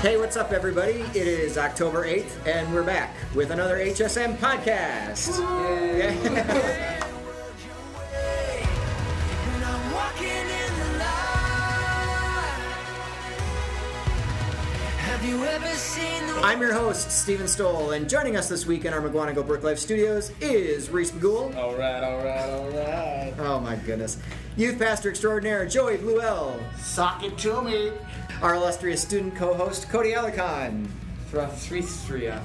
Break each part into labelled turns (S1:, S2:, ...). S1: Hey, what's up, everybody? It is October 8th, and we're back with another HSM podcast. Yeah. I'm your host, Steven Stoll, and joining us this week in our McGuanago Brook Life studios is Reese McGoul.
S2: All right, all right, all right.
S1: Oh my goodness. Youth Pastor Extraordinaire Joey Bluell.
S3: Sock it to me.
S1: Our illustrious student co-host Cody Alicon.
S2: Three, three, yeah.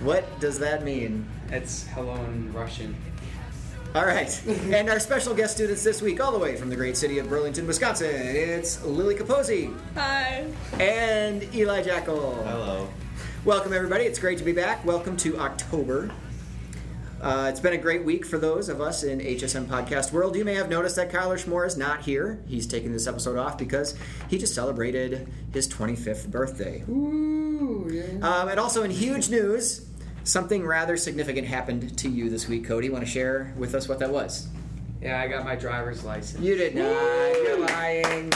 S1: What does that mean?
S2: It's hello in Russian.
S1: All right. and our special guest students this week, all the way from the great city of Burlington, Wisconsin, it's Lily Capozzi
S4: Hi.
S1: and Eli Jackal. Hello. Welcome, everybody. It's great to be back. Welcome to October. Uh, it's been a great week for those of us in HSM podcast world. You may have noticed that Kyler Schmore is not here. He's taking this episode off because he just celebrated his 25th birthday. Um, and also in huge news, something rather significant happened to you this week, Cody. Want to share with us what that was?
S2: Yeah, I got my driver's license.
S1: You did not. You're lying.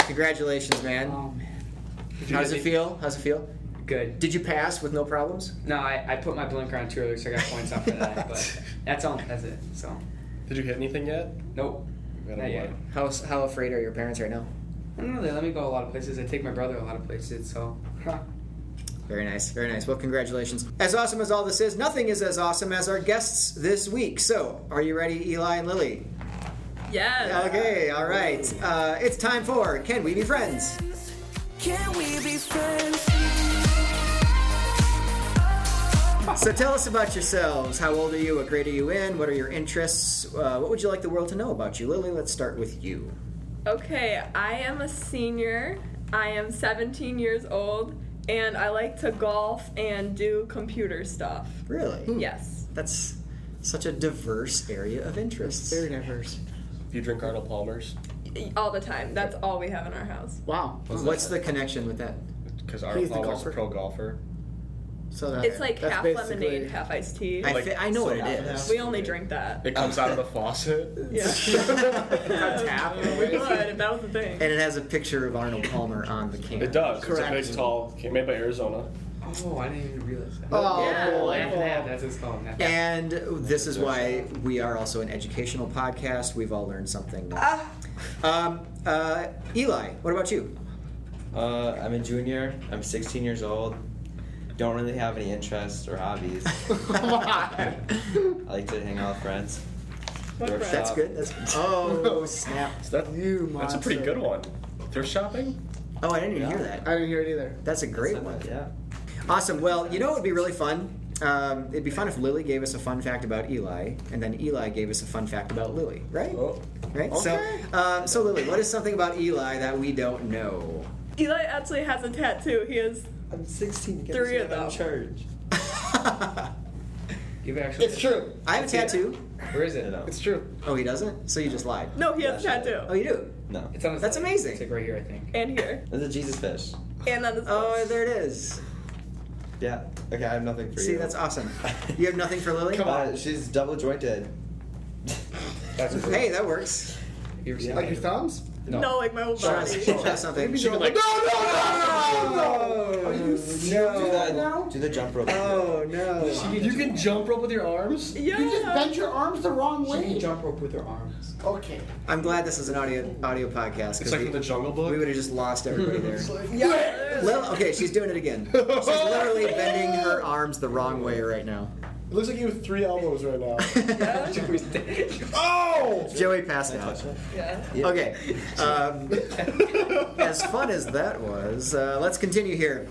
S1: Congratulations, man.
S2: Oh man.
S1: How does it feel? How's it feel?
S2: Good.
S1: Did you pass with no problems?
S2: No, I, I put my blinker on too early, so I got points off for that. But that's all. That's it. So,
S5: Did you hit anything yet?
S2: nope.
S5: Got a
S2: Not yet.
S5: one.
S1: How how afraid are your parents right now?
S2: I don't know. They let me go a lot of places. I take my brother a lot of places. So,
S1: Very nice, very nice. Well, congratulations. As awesome as all this is, nothing is as awesome as our guests this week. So, are you ready, Eli and Lily?
S4: Yes.
S1: Okay, all right. Uh, it's time for Can We Be Friends?
S6: Can we be friends?
S1: So, tell us about yourselves. How old are you? What grade are you in? What are your interests? Uh, what would you like the world to know about you? Lily, let's start with you.
S4: Okay, I am a senior. I am 17 years old, and I like to golf and do computer stuff.
S1: Really?
S4: Yes.
S1: That's such a diverse area of interests. Very diverse.
S5: Do you drink Arnold Palmer's?
S4: All the time. That's all we have in our house.
S1: Wow. What's the connection with that?
S5: Because Arnold
S3: the
S5: Palmer's
S3: golfer.
S5: a pro golfer.
S1: So that,
S4: It's like
S3: That's
S4: half
S3: basically-
S4: lemonade, half iced tea.
S1: I,
S5: like
S1: fi- I know what it
S3: soda.
S1: is.
S4: we only drink that.
S5: It comes out of the faucet.
S4: Yeah.
S1: tap.
S4: Good, if that was the thing.
S1: And it has a picture of Arnold Palmer on the can.
S5: It does.
S3: Correct.
S5: It's a big, tall, can made by Arizona.
S2: oh, I didn't even realize that.
S1: Oh,
S4: Yeah.
S1: boy.
S2: Laugh Lab, That's what it's called. Laugh Lab.
S1: And this is why we are also an educational podcast. We've all learned something.
S4: Ah.
S1: Um, uh, Eli, what about you?
S7: Uh, I'm a junior. I'm 16 years old. Don't really have any interests or hobbies. I like to hang out with friends.
S4: What
S7: Thrift
S4: friends?
S1: That's
S7: shop.
S1: good. That's oh snap!
S5: That-
S3: You
S5: That's a pretty good one. Thrift shopping?
S1: Oh, I didn't even hear
S3: I
S1: that.
S3: didn't hear it either.
S1: That's a great one.
S7: Yeah.
S1: Awesome. Well, you know what would be really fun? Um, it'd be fun if Lily gave us a fun fact about Eli, and then Eli gave us a fun fact about Lily, right?
S5: Oh.
S1: Right. So,
S5: Okay.
S1: uh, so Lily, what is something about Eli that we don't know?
S4: Eli actually has a tattoo. He is.
S7: I'm 16.
S4: Three of them.
S7: In church.
S2: Give it actually.
S3: It's true.
S1: I have a tattoo.
S2: Where is
S7: You
S2: it?
S7: know.
S3: It's true.
S1: Oh, he doesn't. So you just lied.
S4: No, he has a
S7: That's
S4: tattoo.
S1: Oh, you do.
S7: No.
S2: It's on his.
S1: That's
S2: leg.
S1: amazing.
S2: It's like right here, I think.
S4: And here.
S7: It's a Jesus fish.
S4: And on his
S1: Oh, there it is.
S7: Yeah. Okay, I have nothing for you.
S1: See, that's awesome. You have nothing for Lily?
S7: Come on. Uh, she's double jointed.
S2: That's a-
S1: Hey, that works.
S2: You ever seen
S3: Like
S2: that?
S3: your thumbs?
S4: no. like my whole
S1: Try,
S4: body.
S1: try something.
S3: She
S5: like- "Oh,
S3: no, no, no, no, no, no. Are you serious?
S7: do,
S3: right
S7: the,
S3: now?
S7: do the jump rope.
S1: Oh, no.
S5: You can jump rope with your arms?
S4: Yeah.
S3: You just bent your arms the wrong
S2: She can
S3: way.
S2: jump rope with her arms.
S3: Okay.
S1: I'm glad this is an audio audio podcast
S5: It's
S1: because
S5: like from
S1: we,
S5: the Jungle
S1: we
S5: Book.
S1: would have just lost everybody there.
S3: Yeah.
S1: Well, okay, she's doing it again. She's literally bending her arms the wrong way right now.
S5: It looks like you have three elbows right now. oh!
S1: Joey passed out.
S4: Yeah.
S1: Okay. Um, as fun as that was, uh, let's continue here.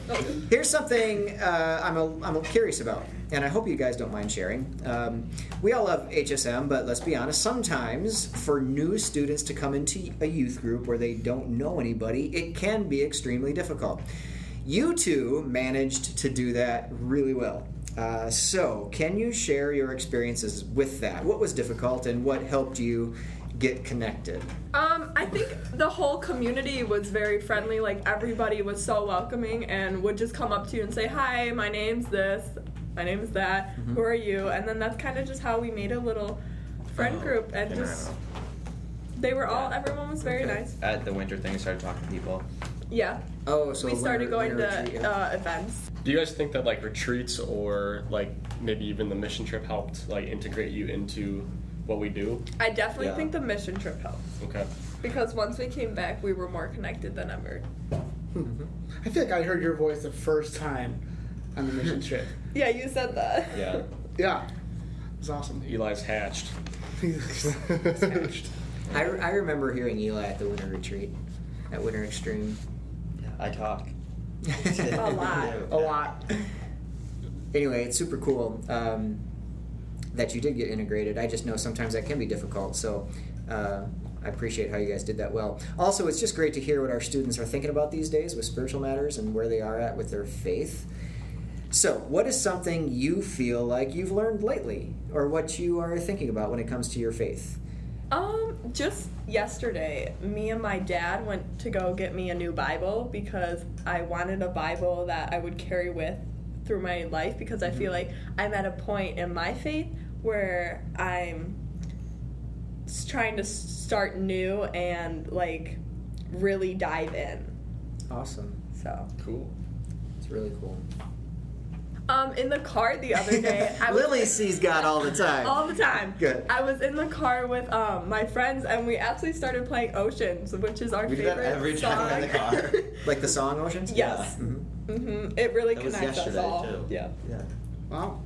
S1: Here's something uh, I'm, a, I'm a curious about, and I hope you guys don't mind sharing. Um, we all love HSM, but let's be honest, sometimes for new students to come into a youth group where they don't know anybody, it can be extremely difficult. You two managed to do that really well. Uh, so, can you share your experiences with that? What was difficult and what helped you get connected?
S4: Um, I think the whole community was very friendly. Like everybody was so welcoming and would just come up to you and say, "Hi, my name's this, my name's that.
S7: Mm-hmm.
S4: Who are you?" And then that's kind of just how we made a little friend group and just They were all.
S7: Oh, Yeah.
S4: Everyone was very
S7: Okay.
S4: nice.
S7: At the winter thing, we started talking to people.
S4: Yeah.
S1: Oh, so
S4: we started
S1: winter-
S4: going
S1: winter retreat,
S4: to
S1: yeah.
S4: uh, events.
S5: Do you guys think that like retreats or like maybe even the mission trip helped like integrate you into what we do?
S4: I definitely
S7: Yeah.
S4: think the mission trip helped
S5: Okay.
S4: because once we came back, we were more connected than ever.
S3: I feel like I heard your voice the first time on the mission trip.
S4: Yeah, you said that.
S7: Yeah.
S3: Yeah, it's awesome.
S5: Eli's hatched.
S1: I, I remember hearing Eli at the winter retreat, at Winter Extreme.
S7: I talk.
S4: A lot.
S3: A lot.
S1: anyway, it's super cool um, that you did get integrated. I just know sometimes that can be difficult, so uh, I appreciate how you guys did that well. Also, it's just great to hear what our students are thinking about these days with spiritual matters and where they are at with their faith. So, what is something you feel like you've learned lately, or what you are thinking about when it comes to your faith?
S4: Um, just yesterday, me and my dad went to go get me a new Bible because I wanted a Bible that I would carry with through my life because I feel
S1: Mm-hmm.
S4: like I'm at a point in my faith where I'm s- trying to s- start new and like really dive in.
S1: Awesome.
S4: So,
S5: Cool.
S1: It's really cool.
S4: um, in the car the other day, I was-
S1: Lily sees God all the time.
S4: all the time.
S1: Good.
S4: I was in the car with um, my friends, and we actually started playing Oceans, which is our
S7: We do
S4: favorite
S7: that every
S4: song.
S7: time in the car.
S1: like the song Oceans?
S4: yes.
S1: Mhm.
S4: hmm It really
S7: That was
S4: connects us
S7: yesterday,
S4: all.
S7: too.
S4: Yeah.
S7: Yeah.
S3: Wow.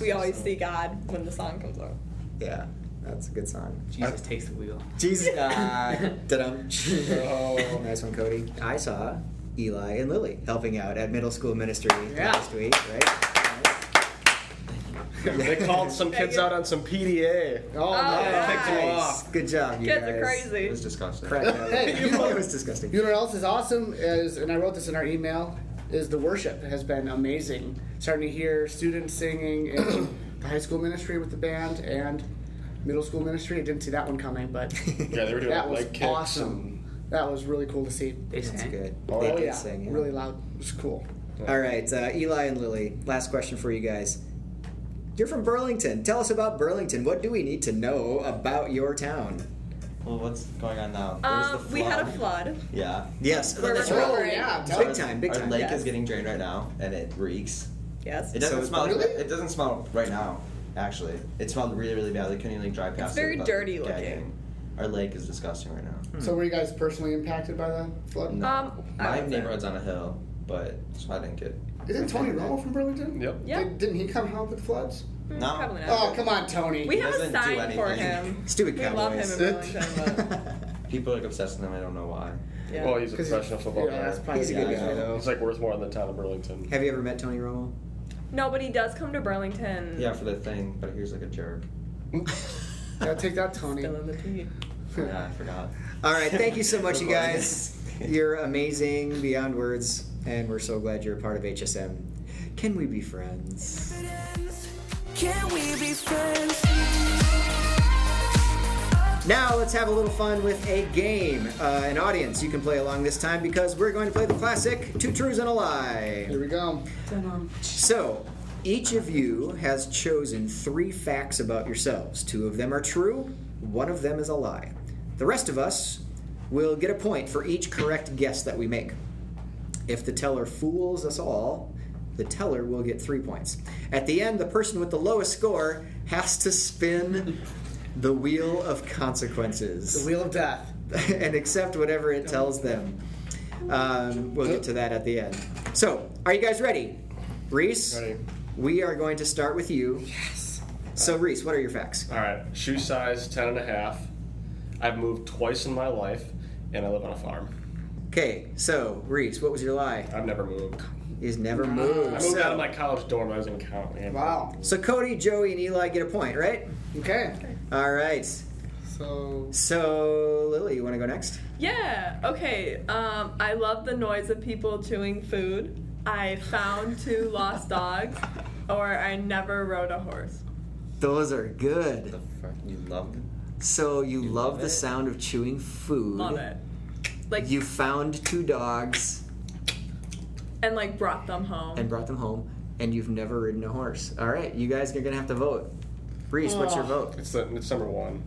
S4: We always see God when the song comes on.
S1: Yeah, that's a good song.
S2: Jesus takes the wheel.
S1: Jesus. Uh, dum
S5: Oh.
S1: Nice one, Cody. I saw Eli and Lily helping out at middle school ministry
S3: Yeah.
S1: last week, right?
S5: they called some kids out on some PDA.
S3: Oh,
S4: yeah.
S3: nice.
S5: Picked them
S4: Nice.
S5: off.
S1: Good job, you
S4: Kids
S1: guys.
S4: are
S7: It was
S4: crazy.
S7: disgusting.
S1: Crack that up.
S3: Hey,
S1: you
S3: you
S1: know,
S3: know-
S1: it was disgusting.
S3: You know what else is awesome is, and I wrote this in our email, is the worship has been amazing. Starting to hear students singing in the high school ministry with the band and middle school ministry. I didn't see that one coming, but
S5: Yeah, they were doing
S3: that was
S5: like kicks.
S3: awesome. That was really cool to see.
S2: They
S1: That's
S2: sang.
S1: good.
S5: Oh,
S1: they
S3: Oh
S1: did
S3: yeah,
S1: sing. yeah.
S3: really loud. It was cool.
S1: All right, uh, Eli and Lily. Last question for you guys. You're from Burlington. Tell us about Burlington. What do we need to know about your town?
S7: Well, what's going on now? There was the
S4: Um, we had a flood.
S7: Yeah.
S1: Yes,
S4: We're
S1: that's
S4: recovering.
S1: right.
S4: Oh, yeah,
S3: tell
S1: Big
S3: us.
S1: time, big
S7: Our
S1: time.
S7: lake
S4: Yes.
S7: is getting drained right now, and it reeks.
S4: Yes.
S7: It doesn't
S1: So-
S7: smell.
S3: Really?
S7: It doesn't smell right now. Actually, it smelled really, really bad. They couldn't even like drive past.
S4: very
S7: it without
S4: dirty
S7: gagging. Our lake is disgusting right now.
S3: So were you guys personally impacted by the flood?
S7: No.
S4: Um, I
S7: My
S4: wasn't.
S7: neighborhood's on a hill, but so I didn't get.
S3: Isn't Tony Romo from Burlington?
S5: Yep.
S4: Yeah.
S3: Did, didn't he come help with the floods?
S4: Mm,
S7: No.
S4: Probably not.
S3: Oh, come on, Tony.
S4: we have a
S7: doesn't do
S4: sign for
S7: anything.
S4: him.
S1: Stupid
S4: We love him
S1: Cowboys.
S4: in Burlington. But,
S7: People are like obsessed with them. I don't know why.
S4: yeah.
S5: Well, he's a
S3: 'Cause
S5: professional football
S3: yeah, that's
S5: player.
S3: probably
S1: He's a
S7: good
S3: the
S7: guy,
S3: reason.
S1: though.
S5: He's like worth more than the town of Burlington.
S1: Have you ever met Tony Romo?
S4: no, but he does come to Burlington.
S7: Yeah, for the thing, but he was like a jerk.
S3: Yeah, take that, Tony.
S4: Still in the tea.
S7: yeah, I forgot.
S1: All right, thank you so much, you
S7: Goodbye.
S1: guys. You're amazing beyond words, and we're so glad you're a part of HSM. Can we be friends?
S6: Can we be friends?
S1: Now let's have a little fun with a game. Uh, an audience you can play along this time because we're going to play the classic Two Truths and a Lie.
S3: Here we go.
S1: So each of you has chosen three facts about yourselves. Two of them are true, one of them is a lie. The rest of us will get a point for each correct guess that we make. If the teller fools us all, the teller will get three points. At the end, the person with the lowest score has to spin the wheel of consequences
S3: The wheel of death.
S1: and accept whatever it tells them. Um, we'll get to that at the end. So, are you guys ready? Reese,
S5: Ready.
S1: we are going to start with you. Yes. So, Reese, what are your facts?
S5: All right. Shoe size 10 and a half. I've moved twice in my life, and I live on a farm.
S1: Okay, so, Reese, what was your lie?
S5: I've never moved.
S1: Is never
S5: I
S1: moved.
S5: moved
S1: So,
S5: out of my college dorm. I was in count. Man.
S3: Wow.
S1: so, Cody, Joey, and Eli get a point, right?
S3: Okay.
S1: All right.
S3: So
S1: So, Lily, you want to go next?
S4: Yeah. Okay. Um, I love the noise of people chewing food. I found two lost dogs, or I never rode a horse.
S1: Those are good.
S7: The fuck? You love them?
S1: So, you, love,
S7: love
S1: the
S7: it?
S1: sound of chewing food.
S4: Love it. Like
S1: You found two dogs.
S4: and like brought them home.
S1: and brought them home, and you've never ridden a horse. All right, you guys are gonna have to vote. Reese, what's your vote?
S5: It's, the, it's number one.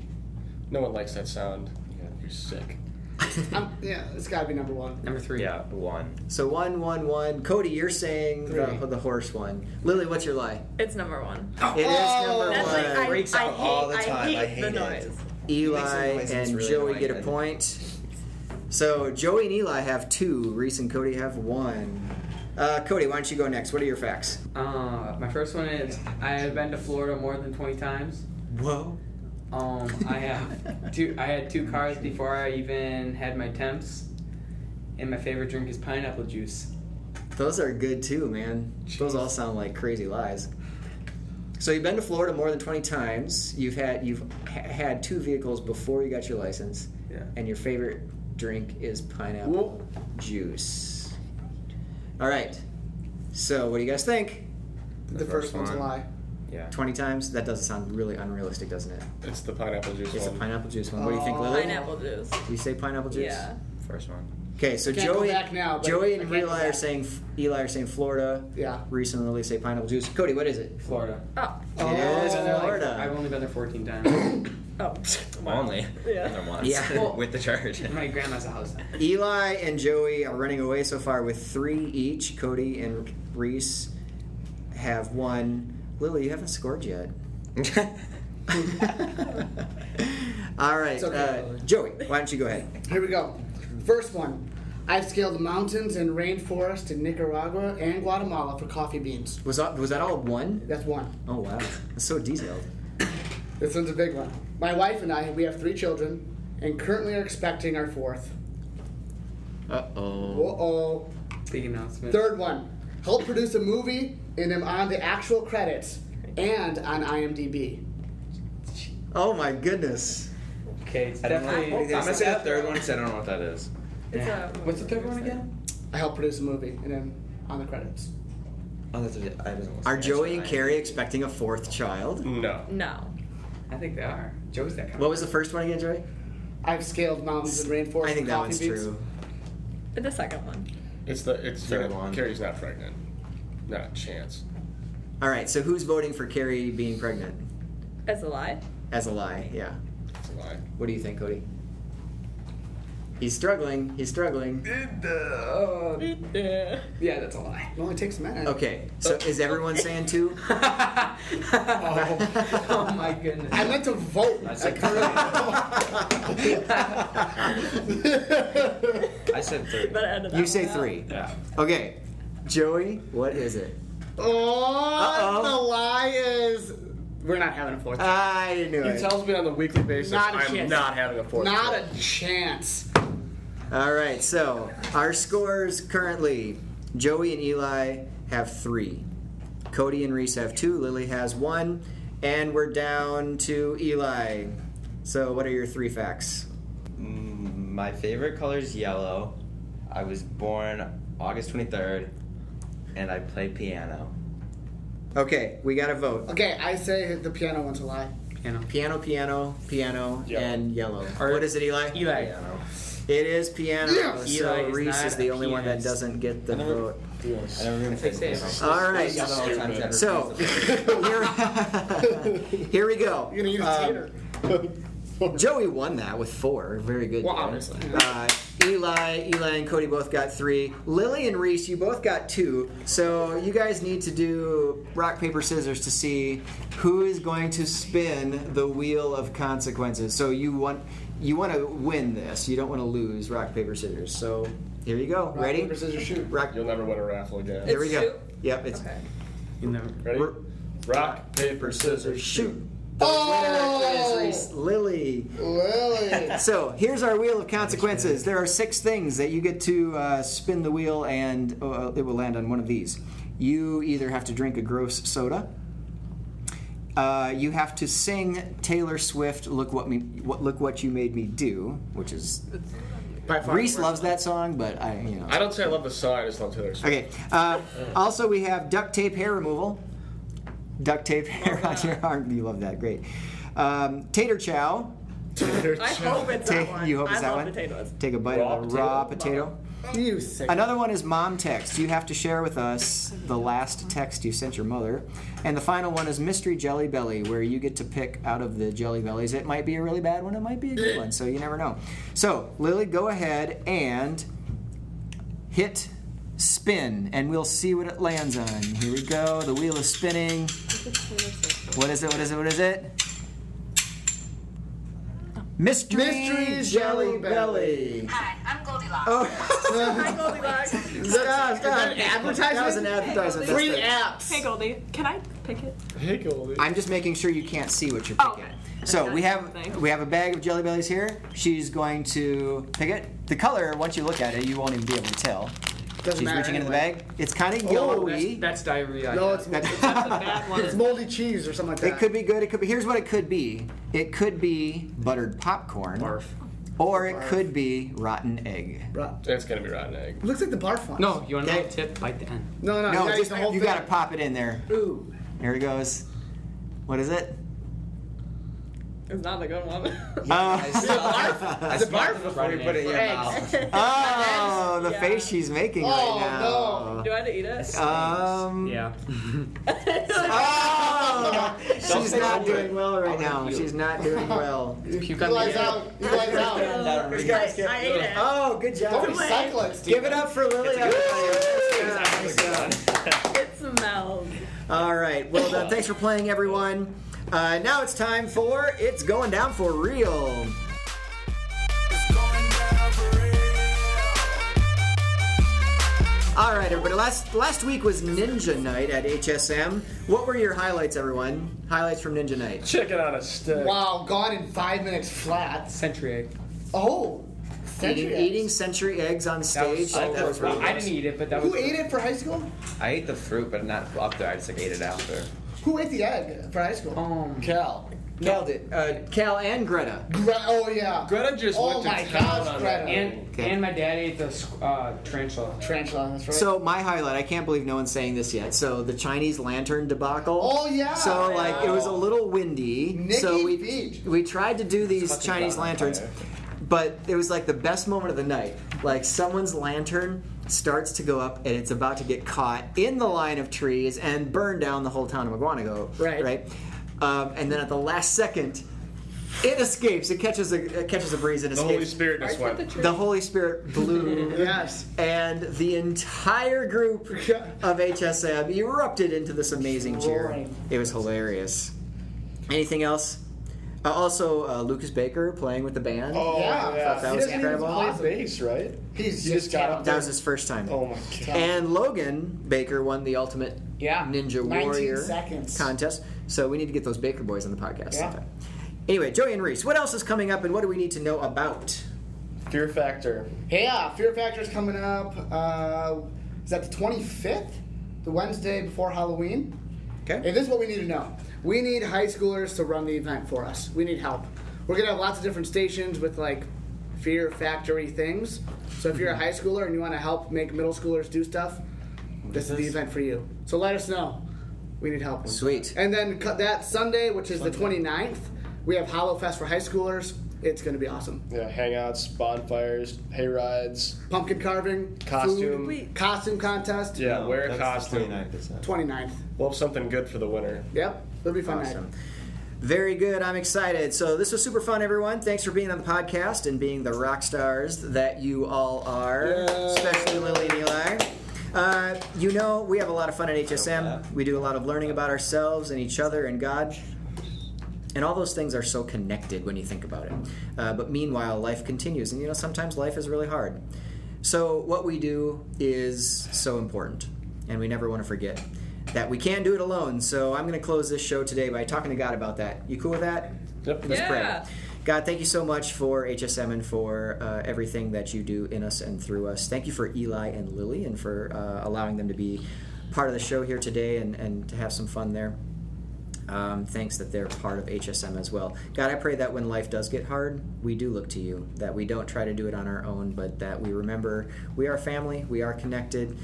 S5: No one likes that sound.
S7: Yeah.
S5: You're sick.
S3: I'm, Um, yeah, it's got to be number one.
S2: Number three.
S7: Yeah, one.
S1: So one, one, one. Cody, you're saying the,
S3: Three.
S1: the horse one. Lily, what's your lie?
S4: It's number one.
S1: It is number
S4: That's
S1: one.
S4: like I,
S7: Oh, freaks
S4: I
S7: out
S4: hate,
S7: all the
S4: I
S7: time.
S4: hate,
S7: I hate
S4: the
S7: it.
S4: noise.
S1: Eli
S7: It makes a noise
S1: and
S7: that's really
S1: Joey
S7: annoying,
S1: get a
S7: and-
S1: point. So Joey and Eli have two. Reese and Cody have one. Uh, Cody, why don't you go next? What are your facts?
S2: Uh, my first one is I have been to Florida more than 20 times.
S1: Whoa.
S2: Um, I have two. I had two cars before I even had my temps, and my favorite drink is pineapple juice.
S1: Those are good too, man. Those all sound like crazy lies. So you've been to Florida more than 20 times. You've had you've ha- had two vehicles before you got your license,
S2: Yeah.
S1: and your favorite drink is pineapple
S3: Whoa.
S1: juice. All right. So what do you guys think?
S3: The, first, one's a lie.
S7: Yeah.
S1: 20 times? That does sound really unrealistic, doesn't it?
S5: It's the pineapple juice
S1: It's a
S5: one.
S1: pineapple juice one. What do you think,
S3: Oh.
S1: Lily?
S4: Pineapple juice.
S1: You say pineapple juice?
S4: Yeah.
S7: First one.
S1: Okay, so
S3: Can't go
S1: Joey,
S3: back now, but
S1: Joey
S3: I
S1: and
S3: can't go
S1: Eli are
S3: back.
S1: saying Eli are saying Florida.
S3: Yeah.
S1: Reese and Lily say pineapple juice. Cody, what is it?
S2: Florida.
S4: Oh.
S3: Oh.
S1: It is
S2: I've been there, like,
S1: Florida.
S2: I've only been there 14 times.
S4: Oh.
S7: Only.
S4: Yeah.
S7: Other ones.
S1: Yeah. Well-
S7: With the charge.
S2: my grandma's house.
S1: Eli and Joey are running away so far with three each. Cody and Reese have one. Lily, you haven't scored yet. All right,
S3: It's okay,
S1: uh,
S3: Lily.
S1: Joey, why don't you go ahead?
S3: Here we go. First one. I've scaled mountains and rainforest in Nicaragua and Guatemala for coffee beans.
S1: Was that, was that all one?
S3: That's one.
S1: Oh wow, that's so detailed.
S3: This one's a big one. My wife and I, we have three children and currently are expecting our fourth.
S1: Uh
S3: Uh
S1: oh.
S3: oh.
S2: Big announcement.
S3: Third one. Help produce a movie and am on the actual credits and on IMDb.
S1: Oh my goodness.
S2: Okay, it's
S7: I don't know.
S2: definitely.
S7: I'm gonna say the third one because I don't know what that is.
S4: It's
S2: Yeah.
S4: a-
S2: What's the third one again?
S3: I help produce a movie and am on the credits.
S7: Oh, that's what it- I didn't listen
S1: Are
S7: to
S1: Joey and
S7: that.
S1: Carrie expecting a fourth child?
S5: No.
S4: No.
S2: I think they are. Joe's that kind
S1: What was the first one again, Joey?
S3: I've scaled mountains and rainforest
S1: I think
S3: for
S1: that
S3: coffee
S1: one's
S3: beans.
S1: true.
S4: But the second one.
S5: It's the it's
S7: Third
S5: yeah,
S7: one.
S5: Carrie's not pregnant. Not a chance.
S1: All right, so who's voting for Carrie being pregnant
S4: As a lie.
S1: as a lie? Yeah.
S5: It's a lie.
S1: What do you think, Cody? He's struggling. He's struggling.
S2: of. Uh,
S4: Yeah.
S2: yeah, that's a lie.
S3: It only takes a minute.
S1: Okay, so is everyone saying two?
S2: oh. my goodness.
S3: I meant to vote.
S7: I said I said third.
S4: But I had to
S1: You say three.
S7: yeah.
S1: Okay, Joey, what is it?
S3: oh,
S1: Uh-oh.
S3: the lie is we're not having a fourth.
S1: I knew
S5: He
S1: it.
S5: tells me on a weekly basis
S3: Not a
S5: I'm
S3: chance.
S5: not having a fourth.
S3: not
S5: kid.
S3: a chance.
S1: All right, so our scores currently Joey and Eli have three, Cody and Reese have two, Lily has one, and we're down to Eli. So, what are your three facts?
S7: Mm, My favorite color is yellow. I was born August 23rd, and I play piano.
S1: Okay, we got to vote.
S3: Okay, I say the piano one's a lie.
S2: Piano.
S1: Piano, piano, piano,
S5: Yellow.
S1: and yellow.
S2: Or-
S1: what is it, Eli?
S2: Eli.
S7: Piano.
S1: It is piano.
S3: Yes!
S1: So
S2: Eli is
S1: Reese
S2: not
S1: is the
S2: a
S1: only one that
S2: pianist.
S1: doesn't get the
S7: I never-
S1: vote.
S7: I never even played
S2: say it.
S7: piano.
S1: All right.
S7: Yellow all times I've
S1: So here, here we go.
S3: You're gonna eat
S1: Um,
S3: a tater.
S1: Joey won that with four. Very good.
S3: Well,
S1: Joey.
S3: obviously.
S1: Uh, Eli, Eli, and Cody both got three. Lily and Reese, you both got two. So you guys need to do rock paper scissors to see who is going to spin the wheel of consequences. So you want you want to win this. You don't want to lose rock paper scissors. So here you go. Ready?
S3: Rock, paper, scissors, shoot.
S1: Rock.
S5: You'll never win a raffle again.
S1: Here
S4: It's
S1: we go.
S4: shoot?
S1: Yep. It's
S4: Okay.
S2: You never.
S5: Ready?
S1: we're-
S5: Rock, paper, scissors,
S1: shoot. The
S3: Oh!
S1: winner is Reese Lily.
S3: Lily.
S1: So here's our wheel of consequences. There are six things that you get to uh, spin the wheel, and uh, it will land on one of these. You either have to drink a gross soda. Uh, you have to sing Taylor Swift. Look what me. What, look what you made me do, which is
S3: By far.
S1: Reese loves that song, but I you know.
S5: I don't say I love the song. I just love Taylor Swift.
S1: Okay. Uh, also, we have duct tape hair removal. Duct tape hair on your arm. You love that. Great. Um, tater chow.
S4: I hope it's that one.
S1: you hope it's
S4: I
S1: that
S4: love
S1: one?
S4: potatoes.
S1: Take a bite
S5: Raw
S1: of a raw
S4: potato?
S1: potato.
S3: You sick.
S1: Another one is mom text. You have to share with us the last text you sent your mother. And the final one is mystery jelly belly, where you get to pick out of the jelly bellies. It might be a really bad one, it might be a good one, so you never know. So, Lily, go ahead and hit spin, and we'll see what it lands on. Here we go. The wheel is spinning. What is it? What is it? What is it? Mystery,
S3: Mystery Jelly Belly.
S8: Hi, I'm Goldilocks.
S1: Oh.
S4: Hi, Goldilocks.
S1: Stop, stop.
S3: that an advertisement?
S1: That was an advertisement.
S3: Free
S1: That's it.
S3: apps.
S8: Hey, Goldie, can I pick it?
S1: I'm just making sure you can't see what you're
S8: Oh,
S1: picking.
S8: okay.
S1: So
S8: That's
S1: we
S8: not
S1: have
S8: something.
S1: we have a bag of jelly bellies here. She's going to pick it. The color, once you look at it, you won't even be able to tell.
S3: Doesn't
S1: She's
S3: matter
S1: reaching into the
S3: anyway.
S1: bag. It's kind of
S3: Oh,
S1: yellowy.
S2: That's diarrhea.
S3: No,
S2: yeah.
S3: it's,
S1: That-
S3: it's, not the bad one. it's moldy cheese or something like that.
S1: It could be good. It could be. Here's what it could be. It could be buttered popcorn, or it
S3: Barf.
S1: could be rotten egg.
S3: Bro,
S5: It's gonna be rotten egg.
S3: looks like the barf one.
S2: No, you want to know
S1: Okay.
S2: a tip? Bite the end.
S3: no,
S1: No,
S3: no. you gotta eat
S1: just
S3: the whole
S1: you
S3: thing.
S1: gotta pop it in there.
S3: Ooh.
S1: Here it goes. What is it?
S4: It's not a good one.
S1: Oh,
S7: I smelled it before you put it in your mouth.
S1: oh the
S4: Yeah.
S1: face she's making
S3: Oh,
S1: right now.
S3: no.
S4: Do I have to eat it?
S1: Um.
S2: Yeah.
S1: Oh! She's
S7: say
S1: not
S7: no
S1: doing
S7: word.
S1: well right now.
S7: you.
S1: She's not doing well.
S2: Puke
S3: You
S2: on the
S3: guys
S2: end.
S3: out. You guys out.
S7: That
S4: I,
S7: really does
S4: I ate it.
S1: Oh, good job.
S3: Don't recycle it, Steve.
S1: Give it up for Lily. everybody. Yeah, nice job.
S4: It smells.
S1: All right. Well done. Thanks for playing, everyone. Uh, now it's time for It's Going Down for Real. All right, everybody. Last last week was Ninja Night at HSM. What were your highlights, everyone? Highlights from Ninja Night.
S5: Chicken on a stick.
S3: Wow, gone in five minutes flat.
S2: Century egg.
S3: Oh, century
S1: eating,
S3: eggs.
S1: eating century eggs on stage.
S2: so
S1: That was
S2: gross.
S1: really
S2: I
S1: gross.
S2: didn't eat it, but that
S3: Who
S2: was.
S3: ate it for high school?
S7: I ate the fruit, but not up there. I just like ate it after.
S3: Who ate the egg for high school?
S2: Um,
S3: Cal.
S1: Cal did. Uh, Cal and Greta.
S3: Gre- oh yeah.
S5: Greta just
S3: oh
S5: went to
S3: my
S5: town
S3: gosh,
S5: on
S3: Greta.
S2: And
S1: Okay.
S2: and my dad ate the squ- uh, tarantula.
S3: Tarantula, that's right.
S1: So my highlight, I can't believe no one's saying this yet. So the Chinese lantern debacle.
S3: Oh, yeah.
S1: So like it was a little windy.
S3: Nikki
S1: so we
S3: Beach.
S1: we tried to do these
S7: fucking
S1: Chinese
S7: gone on
S1: lanterns,
S7: fire.
S1: but it was like the best moment of the night. Like someone's lantern starts to go up and it's about to get caught in the line of trees and burn down the whole town of Maguanago.
S3: Right.
S1: Right. Um, and then at the last second, it escapes. It catches a it catches a breeze and
S5: The
S1: escapes.
S5: Holy Spirit just went.
S1: The Holy Spirit blew
S3: yes.
S1: and the entire group of HSM erupted into this amazing cheer.
S3: Roaring.
S1: It was hilarious. Anything else? Uh, also, uh, Lucas Baker playing with the band.
S5: Oh,
S3: Yeah,
S5: yeah.
S1: thought that
S5: He
S1: was
S5: doesn't
S1: incredible.
S5: even play bass, right?
S3: He's
S5: He just got up
S1: That
S5: there.
S1: was his first time.
S5: Oh my god.
S1: And Logan Baker won the Ultimate
S3: Yeah.
S1: Ninja
S3: 19
S1: Warrior
S3: seconds.
S1: contest. So we need to get those Baker boys on the podcast
S3: Yeah.
S1: sometime. Anyway, Joey and Reese, what else is coming up and what do we need to know about?
S5: Fear Factor.
S3: Yeah, Fear Factor's coming up. Uh, is that the 25th? The Wednesday before Halloween?
S1: Okay.
S3: And this is what we need to know. We need high schoolers to run the event for us. We need help. We're gonna have lots of different stations with like fear factory things. So if you're a high schooler and you want to help make middle schoolers do stuff, this is the event for you. So let us know. We need help.
S1: Sweet.
S3: And then cut that Sunday, which is the 29th, we have Hollow Fest for high schoolers. It's gonna be awesome.
S5: Yeah, hangouts, bonfires, hay rides.
S3: Pumpkin carving,
S5: Costume.
S3: food, costume contest.
S5: Yeah,
S7: No,
S5: wear a
S7: Oh, that's the
S5: costume.
S7: 29%.
S3: 29th.
S5: Love something good for the winter.
S3: Yep, it'll be fun.
S1: Awesome.
S3: Night.
S1: Very good. I'm excited. So this was super fun, everyone. Thanks for being on the podcast and being the rock stars that you all are, especially Lily and Eli. Uh, you know, we have a lot of fun at HSM. We do a lot of learning about ourselves and each other and God. And all those things are so connected when you think about it. Uh, but meanwhile, life continues. And you know, sometimes life is really hard. So, what we do is so important. And we never want to forget that we can't do it alone. So, I'm going to close this show today by talking to God about that. You cool with that?
S5: Yep.
S1: Let's
S4: Yeah.
S1: pray. God, thank you so much for HSM and for uh, everything that you do in us and through us. Thank you for Eli and Lily and for uh, allowing them to be part of the show here today and, and to have some fun there. Um, thanks that they're part of HSM as well. God, I pray that when life does get hard, we do look to you, that we don't try to do it on our own, but that we remember we are family, we are connected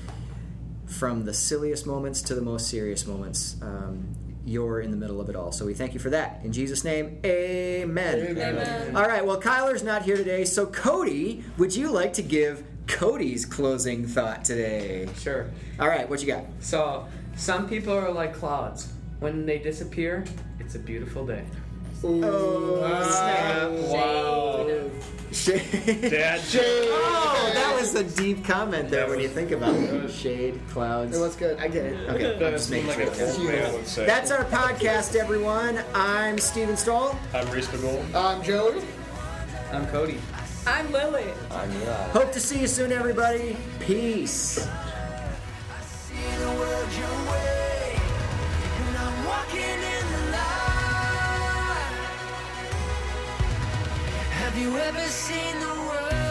S1: from the silliest moments to the most serious moments. Um, you're in the middle of it all. So we thank you for that. In Jesus' name, amen.
S3: Amen.
S1: All right, well, Kyler's not here today. So, Cody, would you like to give Cody's closing thought today?
S2: Sure.
S1: All right, what you got?
S2: So some people are like clouds. When they disappear, it's a beautiful day.
S1: Wow. Shade.
S5: Dad
S1: Oh, that was a deep comment there when you think about it. Shade, clouds.
S3: It was good. I get it.
S1: Okay, I'm just making sure. That's our podcast, everyone. I'm Steven Stoll.
S5: I'm Reese Pagol.
S3: Um, Joey.
S2: I'm Cody.
S4: I'm Lily.
S7: I'm Eli.
S1: Hope to see you soon, everybody. Peace.
S6: see the world your way. And I'm walking in the light. Have you ever seen the world?